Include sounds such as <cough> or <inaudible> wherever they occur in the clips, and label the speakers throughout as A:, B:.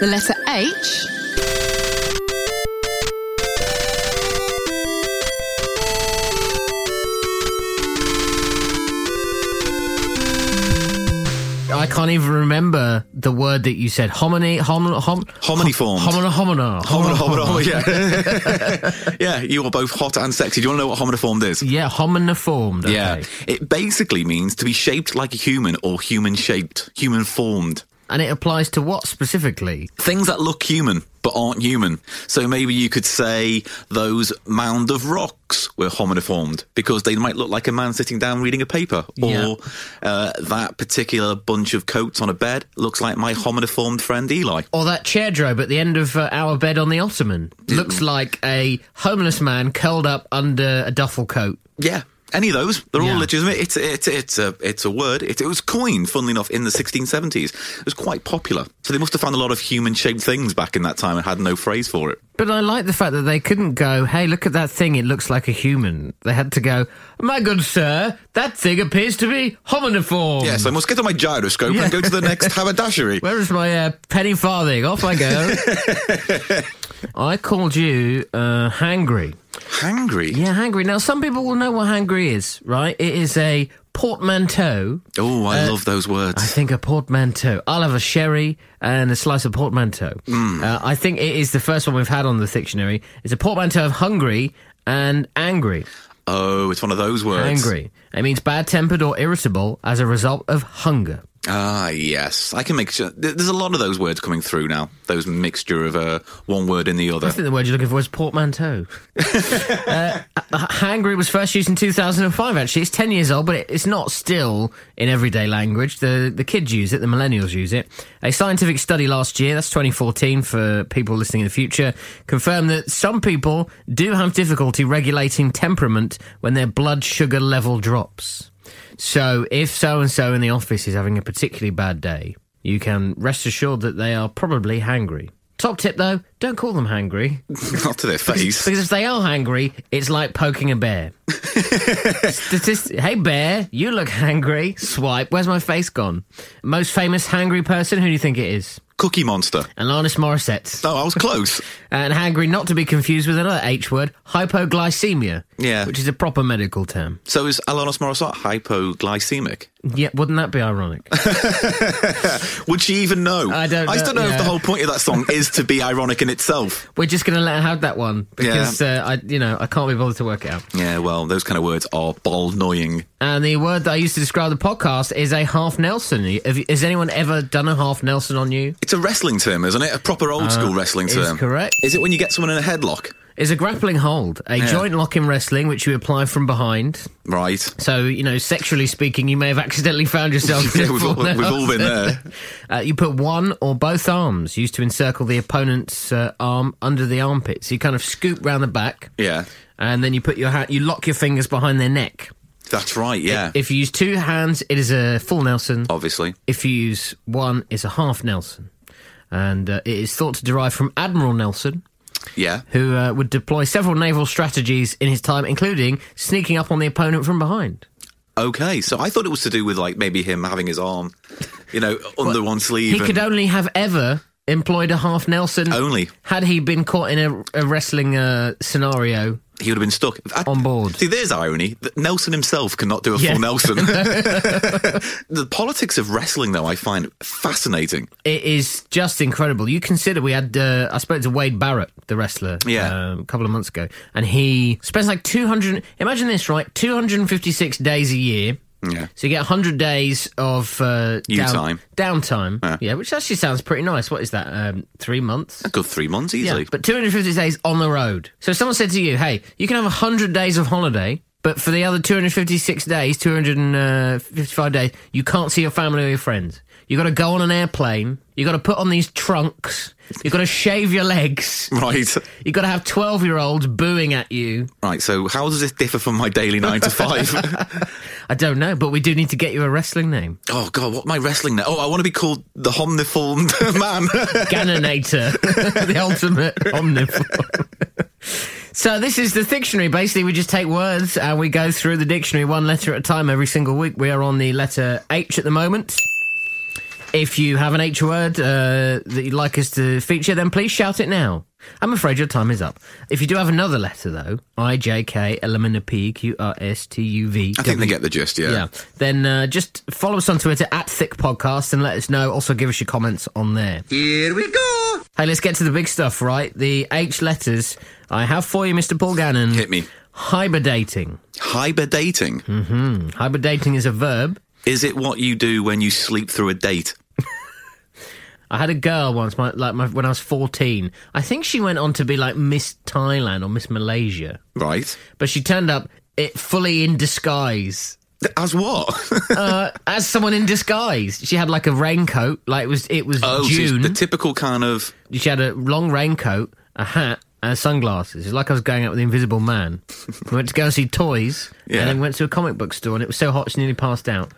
A: the letter H,
B: I can't even remember the word that you said. Hominy, hom, hom,
C: Hominiformed.
B: homina, homina,
C: Homina, homina, yeah. yeah, <laughs> you are both hot and sexy. Do you want to know what hominiformed is?
B: Yeah, hominiformed. Okay.
C: Yeah. It basically means to be shaped like a human or human shaped, human formed.
B: and it applies to what specifically?
C: Things that look human but aren't human. So maybe you could say those mound of rocks were hominiformed because they might look like a man sitting down reading a paper, or
B: Yeah.
C: uh, that particular bunch of coats on a bed looks like my hominiformed friend Eli.
B: Or Oh, that chair drobe at the end of uh, our bed on the ottoman looks like a homeless man curled up under a duffel coat.
C: Yeah. Any of those, they're
B: Yeah.
C: all legitimate. It's it's it's a it's a word. It, it was coined, funnily enough, in the 1670s. It was quite popular, so they must have found a lot of human-shaped things back in that time and had no phrase for it.
B: But I like the fact that they couldn't go, hey, look at that thing, it looks like a human. They had to go, my good sir, that thing appears to be hominiform.
C: Yes, I must get on my gyroscope and go to the next haberdashery.
B: Where is my uh, penny farthing? Off I <laughs> go. I called you uh, hangry.
C: <laughs> Hangry.
B: Yeah, hangry. Now, some people will know what hangry is, right? It is a portmanteau.
C: Oh, I love those words.
B: I think a portmanteau. I'll have a sherry and a slice of portmanteau. Uh, I think it is the first one we've had on the dictionary. It's a portmanteau of hungry and angry.
C: oh, it's one of those words.
B: Angry. It means bad tempered or irritable as a result of hunger.
C: Ah, yes. I can make sure. th- There's a lot of those words coming through now. Those mixture of uh, one word and the
B: I
C: <laughs> other.
B: think the word you're looking for is portmanteau. uh, h- hangry was first used in 2005, actually. It's 10 years old, but it- it's not still in everyday language. The, the kids use it, the millennials use it. A scientific study last year, that's 2014 for people listening in the future, confirmed that some people do have difficulty regulating temperament when their blood sugar level drops. So if so and so in the office is having a particularly bad day, you can rest assured that they are probably hangry. Top tip though, don't call them hangry.
C: Not to their face.
B: Because if they are hangry, it's like poking a bear. Statist- hey, bear, you look hangry. Swipe. Where's my face gone? Most famous hangry person, who do you think it is?
C: Cookie Monster.
B: Alanis Morissette.
C: Oh, I was close.
B: And hangry, not to be confused with another H word, hypoglycemia.
C: Yeah.
B: Which is a proper medical term.
C: So is Alanis Morissette hypoglycemic?
B: Yeah, wouldn't that be ironic?
C: Would she even know?
B: I don't
C: I just
B: know,
C: don't know
B: yeah.
C: if the whole point of that song is to be ironic in itself.
B: We're just going to let her have that one because uh, I, you know, I can't be bothered to work it out.
C: Yeah, well, those kind of words are ball annoying.
B: And the word that I used to describe the podcast is a half Nelson. Have you- Has anyone ever done a half Nelson on you?
C: It's a wrestling term, isn't it? A proper old school wrestling
B: is
C: term.
B: Uh, correct.
C: Is it when you get someone in a headlock?
B: is a grappling hold, a joint lock in wrestling, which you apply from behind. <laughs>
C: Right.
B: So, you know, sexually speaking, you may have accidentally found yourself. in a
C: <laughs> Yeah, we've all-
B: full
C: we've
B: <laughs>
C: all been
B: Nelson. uh, you put one or both arms used to encircle the opponent's uh, arm under the armpit. So you kind of scoop round the back,
C: Yeah.
B: and then you put your hand, you lock your fingers behind their neck.
C: That's right, yeah. Oh.
B: If you use two hands, it is a full Nelson.
C: Obviously.
B: If you use one, it's a half Nelson. And uh, it is thought to derive from Admiral Nelson,
C: Yeah.
B: who uh, would deploy several naval strategies in his time, including sneaking up on the opponent from behind.
C: Okay. So I thought it was to do with like maybe him having his arm, you know, under one sleeve.
B: He
C: and-
B: could only have ever employed a half Nelson.
C: Only.
B: Had he been caught in a, a wrestling uh, scenario.
C: he would have been stuck I-
B: On board.
C: See, there's irony. that Nelson himself cannot do a
B: Yeah. <laughs>
C: full Nelson. <laughs> the politics of wrestling, though, I find fascinating.
B: It is just incredible. You consider we had, uh, I spoke to Wade Barrett, the wrestler,
C: Yeah.
B: um, a couple of months ago, and he spends like 200, imagine this, right? 256 days a year.
C: Yeah.
B: So you get 100 days of uh,
C: You
B: down-
C: time.
B: downtime. Yeah. which actually sounds pretty nice. What is that? Um, three months?
C: A good three months easily.
B: Yeah, but 250 days on the road. So if someone said to you, hey, you can have 100 days of holiday, but for the other 256 days, 255 uh, days, you can't see your family or your friends. You've got to go on an airplane. You've got to put on these trunks. You've got to shave your legs.
C: Right.
B: You've got to have 12 year olds booing at you.
C: Right. So, how does this differ from my daily nine
B: <laughs>
C: to five?
B: I don't know, but we do need to get you a wrestling name
C: oh, God. What my wrestling now? Oh, I want to be called the Homniformed <laughs> Man.
B: Ganonator, <laughs> the ultimate omnivore. So this is the dictionary. Basically, we just take words and we go through the dictionary one letter at a time every single week. We are on the letter H at the moment. If you have an H word uh, that you'd like us to feature, then please shout it now. I'm afraid your time is up. If you do have another letter, though, I J K L M N O P Q R S T U V.
C: I think they get the gist, yeah.
B: Yeah. Then uh, just follow us on Twitter at Thick Podcast and let us know. Also, give us your comments on there.
A: Here we go.
B: Hey, let's get to the big stuff, right? The H letters I have for you, Mr. Paul Gannon.
C: Hit me.
B: Hiberdating.
C: Hiberdating.
B: Hmm. Hiberdating is a verb.
C: Is it what you do when you sleep through a date?
B: I had a girl once, my, like my, when I was fourteen. I think she went on to be like Miss Thailand or Miss Malaysia,
C: Right.
B: but she turned up it fully in disguise.
C: As what? <laughs>
B: Uh, as someone in disguise, she had like a raincoat. Like it was, it was
C: oh, she's
B: June.
C: the typical kind of.
B: she had a long raincoat, a hat, and sunglasses. It's like I was going out with the Invisible Man. we went to go and see toys,
C: Yeah.
B: and then went to a comic book store, and it was so hot she nearly passed out.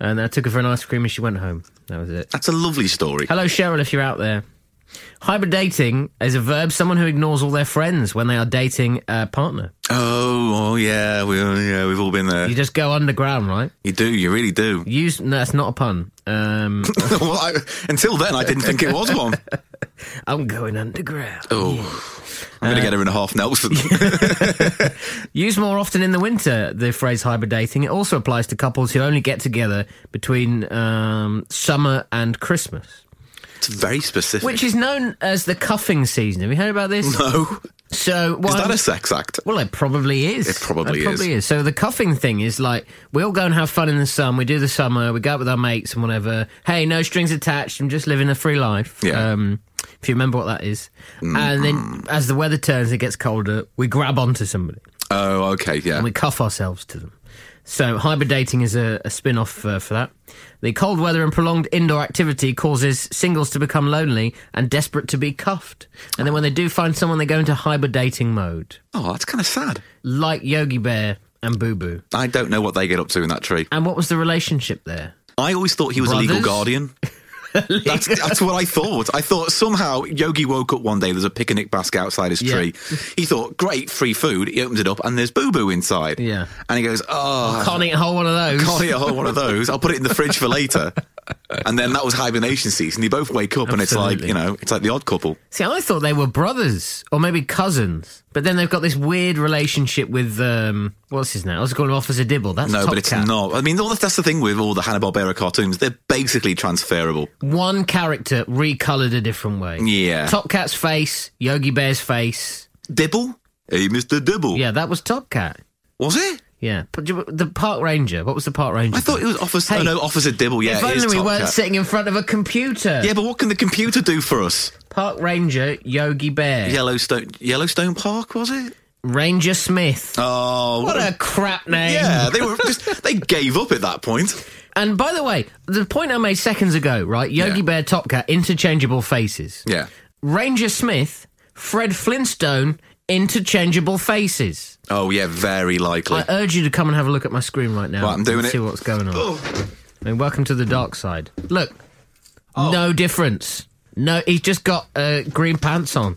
B: And then I took her for an ice cream, and she went home. That was it.
C: That's a lovely story.
B: Hello, Cheryl, if you're out there. Hybridating is a verb someone who ignores all their friends when they are dating a partner.
C: Oh, oh yeah, we, yeah, we've all been there.
B: You just go underground, right?
C: You do, you
B: <laughs>
C: really do. <laughs>
B: Use no, that's not a pun. Um,
C: well, I, until then, I didn't think it
B: <laughs>
C: was one.
B: I'm going underground.
C: Oh, I'm going to get her in a half Nelson.
B: <laughs> Used more often in the winter, the phrase hybridating. It also applies to couples who only get together between um, summer and Christmas,
C: it's very specific.
B: which is known as the cuffing season. Have you heard about this?
C: no,
B: So, what
C: is that
B: I'm-
C: a sex act?
B: Well, it probably is.
C: It probably
B: It probably is. So the cuffing thing is like we all go and have fun in the sun. We do the summer. We go out with our mates and whatever. Hey, no strings attached. I'm just living a free life.
C: Yeah. Mm.
B: Um, if you remember what that is. and then as the weather turns, it gets colder. We grab onto somebody
C: Oh, okay, yeah.
B: and we cuff ourselves to them. So hibernating is a, a spin-off uh, for that. The cold weather and prolonged indoor activity causes singles to become lonely and desperate to be cuffed. And then when they do find someone, they go into hibernating mode
C: Oh, that's kind of sad.
B: like Yogi Bear and Boo Boo.
C: I don't know what they get up to in that tree.
B: And what was the relationship there?
C: I always thought he was a legal
B: Brothers? <laughs>
C: guardian. that's, that's what I thought. I thought somehow Yogi woke up one day, there's a picnic basket outside his
B: Yeah.
C: tree. He thought, great, free food. He opens it up and there's boo boo inside.
B: Yeah.
C: And he goes, oh,
B: Can't eat a whole one of those.
C: can't eat a whole one of those. I'll put it in the fridge for later. And then that was hibernation season. They both wake up and it's like,
B: Absolutely.
C: you know, it's like the odd couple.
B: See, I thought they were brothers or maybe cousins, but then they've got this weird relationship with um, what's his name? I was calling him Officer Dibble. That's
C: No,
B: Top
C: but it's
B: Cat.
C: not. I mean, all that, that's the thing with all the Hanna-Barbera cartoons. They're basically transferable.
B: One character recolored a different way.
C: Yeah.
B: Top Cat's face, Yogi Bear's face.
C: Dibble? Hey, Mr. Dibble.
B: Yeah, that was Top Cat.
C: Was it?
B: Yeah, but do you- the park ranger. What was the park ranger?
C: I thought it was Officer...
B: Hey,
C: oh, no, Officer Dibble. Yeah,
B: If
C: it is
B: only we
C: Top
B: weren't
C: Cat.
B: sitting in front of a computer.
C: Yeah, but what can the computer do for us?
B: Park ranger Yogi Bear.
C: Yellowstone, Yellowstone Park was it?
B: Ranger Smith.
C: Oh,
B: What a crap name.
C: yeah! They were just they gave up at that
B: <laughs>
C: point.
B: And by the way, the point I made seconds ago, right? Yogi
C: Yeah.
B: Bear, Top Cat, interchangeable faces.
C: Yeah.
B: Ranger Smith, Fred Flintstone, interchangeable faces.
C: Oh yeah, very likely.
B: I urge you to come and have a look at my screen right now.
C: Right, I'm doing
B: and
C: it.
B: See what's going on.
C: oh,
B: I mean, welcome to the dark side. Look, no difference. No, he's just got uh, green pants on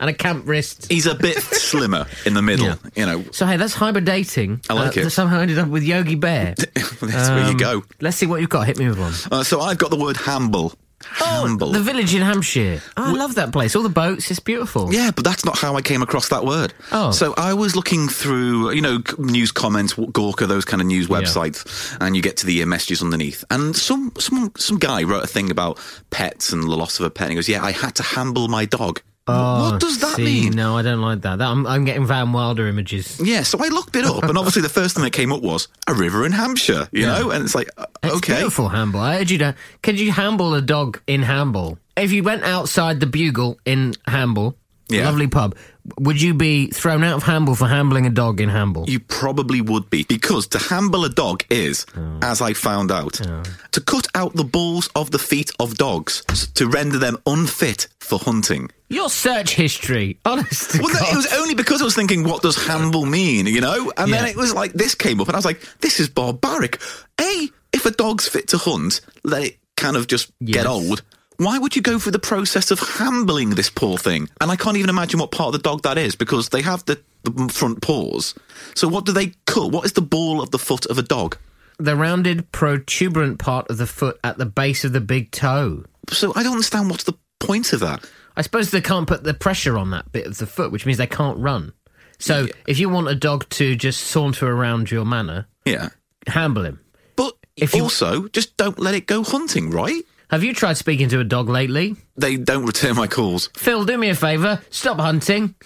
B: and a camp wrist.
C: he's
B: <laughs>
C: a bit slimmer in the middle.
B: Yeah.
C: You know, <laughs>
B: So hey, that's hybridating.
C: I like
B: uh,
C: it.
B: That somehow ended up with Yogi
C: <laughs>
B: Bear.
C: that's where you
B: Um,
C: go.
B: Let's see what you've got. Hit me with one.
C: Uh, so I've got the word humble. Humble.
B: Oh, The village in Hampshire. Oh, I love that place. All the boats. It's beautiful.
C: yeah, but that's not how I came across that word.
B: Oh.
C: So I was looking through, you know, c- news comments, Gawker, those kind of news websites, and you get to the uh, messages underneath. And some, some some guy wrote a thing about pets and the loss of a pet. And he goes, "Yeah, I had to humble my dog." what does that
B: Oh, See,
C: mean?
B: No, I don't like that. that I'm, I'm getting Van Wilder images.
C: Yeah, so I looked it up, and obviously the first thing that came up was a river in Hampshire, you know, and it's like, uh,
B: It's
C: okay,
B: beautiful, Hamble. I urge you to. Could you Hamble a dog in Hamble? If you went outside the Bugle in Hamble,
C: Yeah.
B: lovely pub, would you be thrown out of Hamble for hambling a dog in Hamble?
C: you probably would be because to handle a dog is, as I found out, to cut out the balls of the feet of dogs s- to render them unfit for hunting.
B: Your search history, <laughs> honest. to
C: Well,
B: God.
C: it was only because I was thinking, what does handle mean, you know? And then
B: Yeah.
C: it was like this came up, and I was like, this is barbaric. A, if a dog's fit to hunt, let it kind of just
B: Yes.
C: get old. Why would you go through the process of hambling this poor thing? And I can't even imagine what part of the dog that is because they have the, the front paws. So what do they cut? What is the ball of the foot of a dog?
B: the rounded protuberant part of the foot at the base of the big toe.
C: So I don't understand what's the point of that.
B: I suppose they can't put the pressure on that bit of the foot, which means they can't run. So
C: Yeah.
B: if you want a dog to just saunter around your manor,
C: Yeah.
B: handle him.
C: But
B: If you-
C: also, just don't let it go hunting, right?
B: Have you tried speaking to a dog lately?
C: They don't return my calls.
B: Phil, do me a favour. Stop hunting.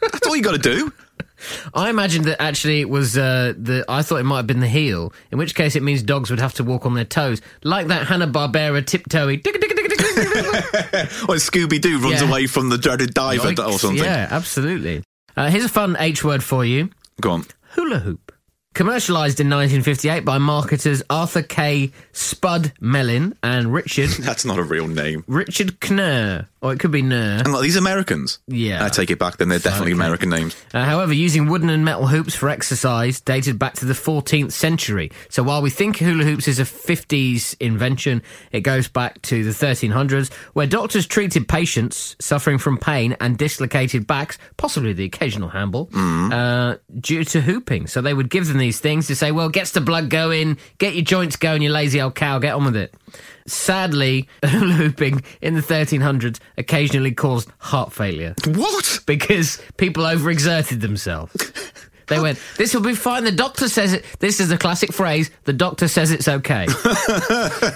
C: That's all you got to do.
B: I imagined that actually it was uh, the. I thought it might have been the heel, in which case it means dogs would have to walk on their toes, like that Hanna Barbera tiptoey.
C: Or Scooby Doo runs
B: Yeah.
C: away from the dreaded diver or something.
B: Yeah, absolutely. Uh, here's a fun H word for you:
C: Go on.
B: hula hoop. Commercialized in 1958 by marketers Arthur K. Spud Mellon and Richard
C: That's not a real name.
B: Richard Knurr, or it could be Knurr.
C: And like these Americans.
B: Yeah.
C: I take it back then. They're definitely
B: okay.
C: American names.
B: Uh, however, using wooden and metal hoops for exercise dated back to the 14th century. So while we think hula hoops is a 50s invention, it goes back to the 1300s, where doctors treated patients suffering from pain and dislocated backs, possibly the occasional handle, uh, due to hooping. So they would give them these things to say, well, gets the blood going, get your joints going, you lazy old cow, get on with it. Sadly, <laughs> hula hooping in the 1300s occasionally caused heart failure
C: What?
B: because people overexerted themselves. They went, this will be fine. The doctor says it. This is the classic phrase the doctor says it's okay.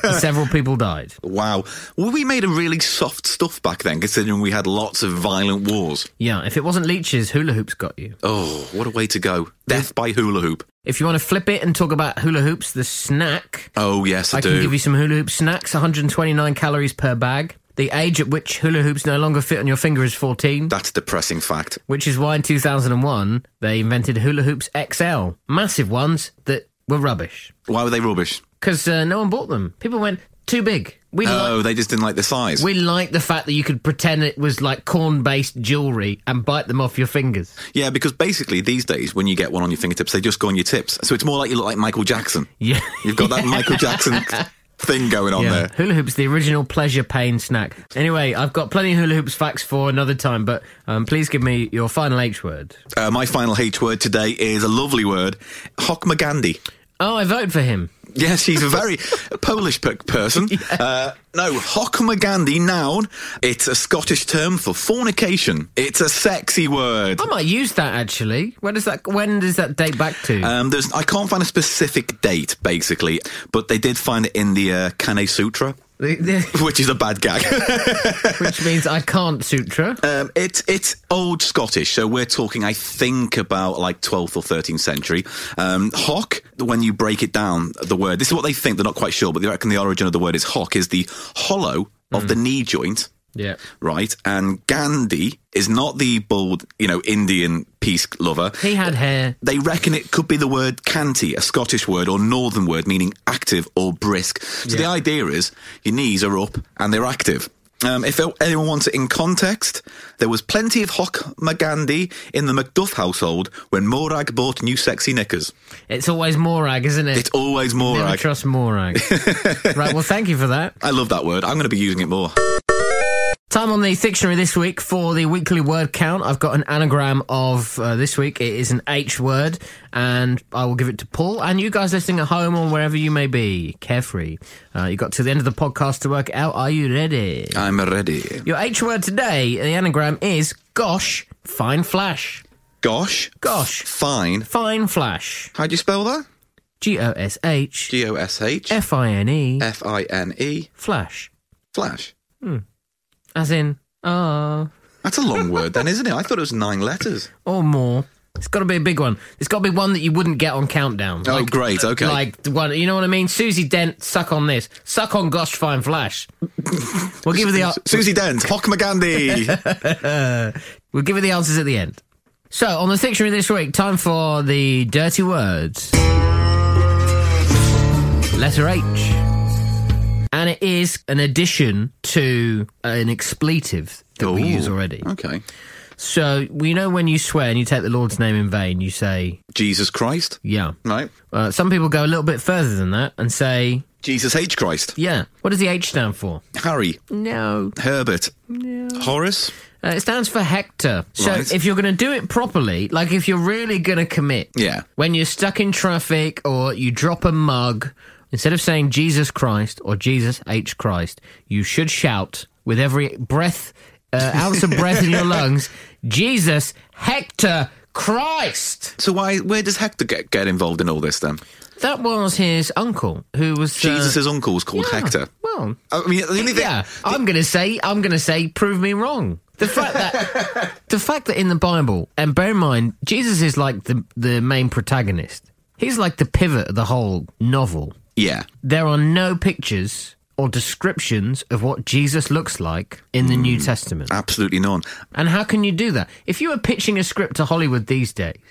B: And several people died.
C: Wow. Well, we made a really soft stuff back then, considering we had lots of violent wars.
B: Yeah, if it wasn't leeches, hula hoops got you.
C: Oh, what a way to go. Death by hula hoop.
B: If you want to flip it and talk about hula hoops, the snack,
C: Oh, yes, I,
B: I
C: do.
B: can give you some hula hoop snacks 129 calories per bag. The age at which hula hoops no longer fit on your finger is 14,
C: That's a depressing fact.
B: which is why in 2001 they invented hula hoops XL, massive ones that were rubbish.
C: Why were they rubbish?
B: because uh, no one bought them. People went too big. We like,
C: Oh, they just didn't like the size.
B: we like the fact that you could pretend it was like corn-based jewelry and bite them off your fingers.
C: yeah, because basically these days, when you get one on your fingertips, they just go on your tips. So it's more like you look like Michael Jackson.
B: <laughs> Yeah.
C: You've got that
B: <laughs>
C: Michael Jackson thing going on
B: Yeah.
C: there.
B: Hula hoops, the original pleasure pain snack. Anyway, I've got plenty of hula hoops facts for another time, but um, please give me your final H word.
C: Uh, my final H word today is a lovely word, Hockmagandi.
B: Oh, I vote for him.
C: Yes, he's a very Polish pe- person. Uh, no, Hockmagandi noun. It's a Scottish term for fornication. It's a sexy word.
B: I might use that actually. When does that? When does that date back to? <laughs>
C: Um, there's, I can't find a specific date, basically, but they did find it in the uh, Kane Sutra, <laughs>
B: The- the-
C: which is a bad gag. <laughs>
B: which means I can't sutra.
C: um, it's it's old Scottish, so we're talking, I think, about like 12th or 13th century. Um, hock, when you break it down, the word. This is what they think. They're not quite sure, but they reckon the origin of the word is hock is the hollow of the knee joint.
B: Yeah.
C: right? And Gandhi is not the bald, you know, Indian peace lover.
B: He had hair.
C: They reckon it could be the word canty, a Scottish word or northern word meaning active or brisk. So the
B: Yeah.
C: idea is your knees are up and they're active. Um, if anyone wants it in context, there was plenty of Hock Magandhi in the Macduff household when Morag bought new sexy knickers.
B: It's always Morag, isn't it?
C: It's always
B: Never
C: Morag.
B: trust <laughs> Morag. right, well, thank you for that.
C: I love that word. I'm going to be using it more.
B: Time on the dictionary this week for the weekly word count. I've got an anagram of uh, this week. It is an H word, and I will give it to Paul. And you guys listening at home or wherever you may be, carefree. Uh, you got to the end of the podcast to work it out. Are you ready?
C: I'm ready.
B: Your H word today, the anagram is gosh, fine flash.
C: Gosh.
B: Gosh.
C: Fine.
B: Fine flash.
C: How do you spell that?
B: G O S H
C: G O S H.
B: F I N E
C: F I N E
B: flash.
C: Flash.
B: As in, ah.
C: That's a long word, then, isn't it? I thought it was nine letters.
B: or more. It's got to be a big one. It's got to be one that you wouldn't get on Countdown.
C: Oh, great, okay.
B: Like the one, you know what I mean? Susie Dent, suck on this. Suck on Gosh Fine
C: <laughs>
B: Flash. we'll give her the
C: S-
B: ar-
C: Susie Dent, Hock McGandy.
B: we'll give her the answers at the end. So on the dictionary this week, time for the dirty words. Letter H. And it is an addition to uh, an expletive that we use
C: Ooh,
B: already.
C: <laughs> Okay.
B: So we know when you swear and you take the Lord's name in vain, you say,
C: Jesus Christ,
B: yeah.
C: right?
B: Uh, some people go a little bit further than that and say,
C: Jesus H. Christ,
B: yeah, what does the H stand for?
C: Harry,
B: No.
C: Herbert, Horace,
B: Uh, it stands for hectare. So
C: Right.
B: if you're going to do it properly, like if you're really going to commit,
C: Yeah.
B: when you're stuck in traffic or you drop a mug, instead of saying Jesus Christ or Jesus H Christ, you should shout with every breath, uh, ounce of breath
C: <laughs>
B: in your lungs, Jesus Hector Christ.
C: So why? Where does Hector get, get involved in all this
B: Uh,
C: then?
B: That was his uncle, who was uh,
C: Jesus' uncle was called
B: yeah,
C: Hector.
B: Well,
C: I mean, the only thing.
B: yeah, I'm gonna say, I'm gonna say, prove me wrong. The fact that, the fact that in the Bible, and bear in mind, Jesus is like the the main protagonist. He's like the pivot of the whole novel.
C: Yeah.
B: There are no pictures or descriptions of what Jesus looks like in the New Testament.
C: Absolutely none.
B: And how can you do that? If you were pitching a script to Hollywood these days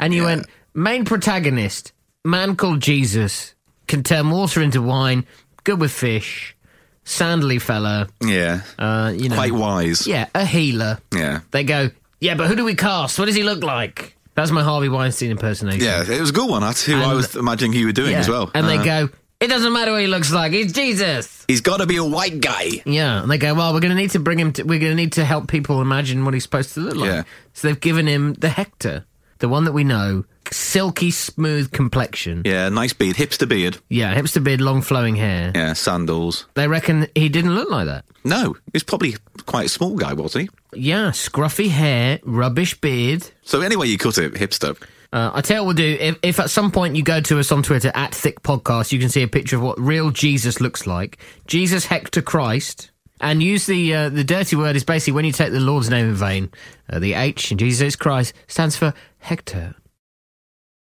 B: and you went, main protagonist, man called Jesus, can turn water into wine, good with fish, sandly fella,
C: Yeah.
B: uh, you know.
C: Quite wise.
B: Yeah, a healer.
C: Yeah.
B: They go, yeah, but who do we cast? What does he look like? That's my Harvey Weinstein impersonation.
C: Yeah, it was a good one. That's who I
B: And-
C: was imagining you were doing
B: Yeah.
C: as well.
B: And
C: Uh,
B: they go, it doesn't matter what he looks like, he's Jesus.
C: he's got to be a white guy.
B: Yeah, and they go, well, we're going to need to bring him. To, we're going to need to help people imagine what he's supposed to look like.
C: Yeah.
B: So they've given him the Hector, the one that we know, silky smooth complexion.
C: Yeah, nice beard, hipster beard.
B: Yeah, hipster beard, long flowing hair.
C: Yeah, sandals.
B: They reckon he didn't look like that.
C: No, he's probably quite a small guy, wasn't he?
B: Yeah, scruffy hair, rubbish beard.
C: So anyway, you cut it, hipster.
B: Uh, I tell you what we'll do. If, if at some point you go to us on Twitter at Thick Podcast, you can see a picture of what real Jesus looks like. Jesus Hector Christ. And use the uh, the dirty word is basically when you take the Lord's name in vain. Uh, the H in Jesus Christ stands for Hector.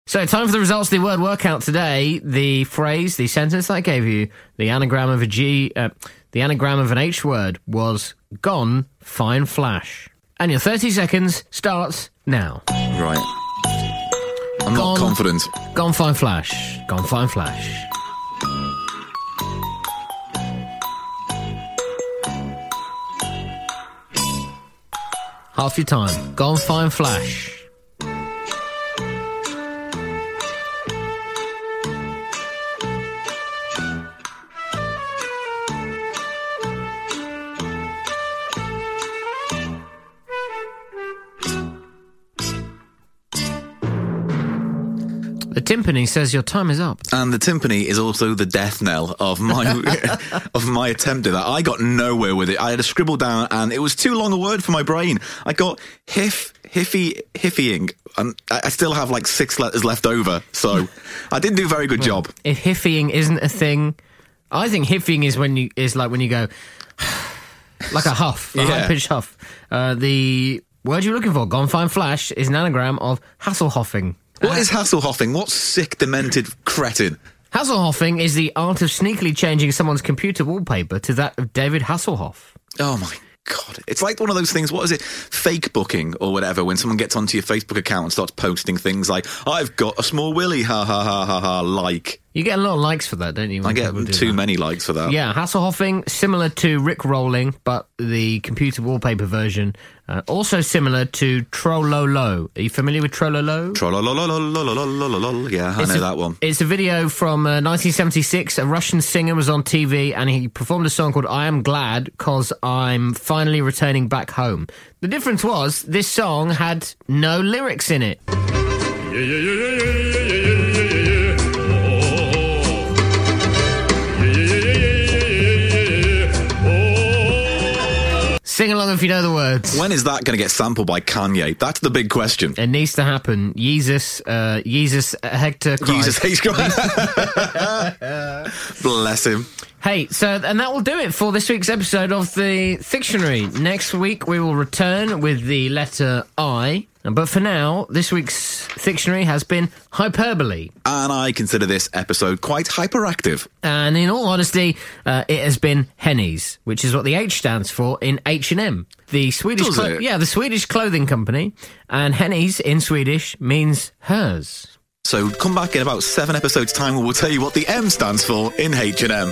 B: So time for the results of the word workout today. The phrase, the sentence I gave you, the anagram of a G, uh, the anagram of an H word was gone. Fine flash. And your thirty seconds starts now.
C: Right. I'm
B: Gone.
C: not confident.
B: Gone fine flash. Gone fine flash. Half your time. Gone fine flash. The timpani says your time is up.
C: And the timpani is also the death knell of my of my attempt at that. I got nowhere with it. I had a scribble down, and it was too long a word for my brain. I got hiff hiffy hiffying, and I I still have like six letters left over. So I didn't do a very good job.
B: If hiffying isn't a thing, I think hiffying is when you is like when you go <sighs> like a huff, a
C: Yeah.
B: high pitched huff. Uh, the word you're looking for, gone fine flash, is an anagram of Hasselhoffing.
C: What is Hasselhoffing? What sick, demented cretin?
B: Hasselhoffing is the art of sneakily changing someone's computer wallpaper to that of David Hasselhoff.
C: Oh my god! It's like one of those things. What is it? Fake booking or whatever. When someone gets onto your Facebook account and starts posting things like "I've got a small willy," ha ha ha ha ha. Like
B: You get a lot of likes for that, don't you?
C: I
B: when
C: get
B: people do
C: too
B: that?
C: many likes for that.
B: Yeah, Hasselhoffing, similar to Rick Rolling, but the computer wallpaper version. Uh, also similar to Trollolo. Are you familiar with Trollolo?
C: Trollolololololololol. Yeah, I
B: It's
C: know
B: a-
C: that one.
B: It's a video from uh, 1976. A Russian singer was on TV and he performed a song called I Am Glad Because I'm Finally Returning Back Home. The difference was this song had no lyrics in it. Sing along if you know the words.
C: When is that going to get sampled by Kanye? That's the big question.
B: It needs to happen. Jesus, uh, Jesus, uh, Hector, Christ.
C: Jesus hates Christ. <laughs> Bless him.
B: Hey, so and that will do it for this week's episode of the Dictionary. Next week we will return with the letter I. But for now, this week's Dictionary has been hyperbole,
C: And I consider this episode quite hyperactive.
B: and in all honesty, uh, it has been Henny's, which is what the H stands for in H and M, the Swedish,
C: Does
B: clo-
C: it?
B: yeah, the Swedish clothing company, and Henny's in Swedish means hers.
C: So come back in about seven episodes' time, and we'll tell you what the M stands for in H and M.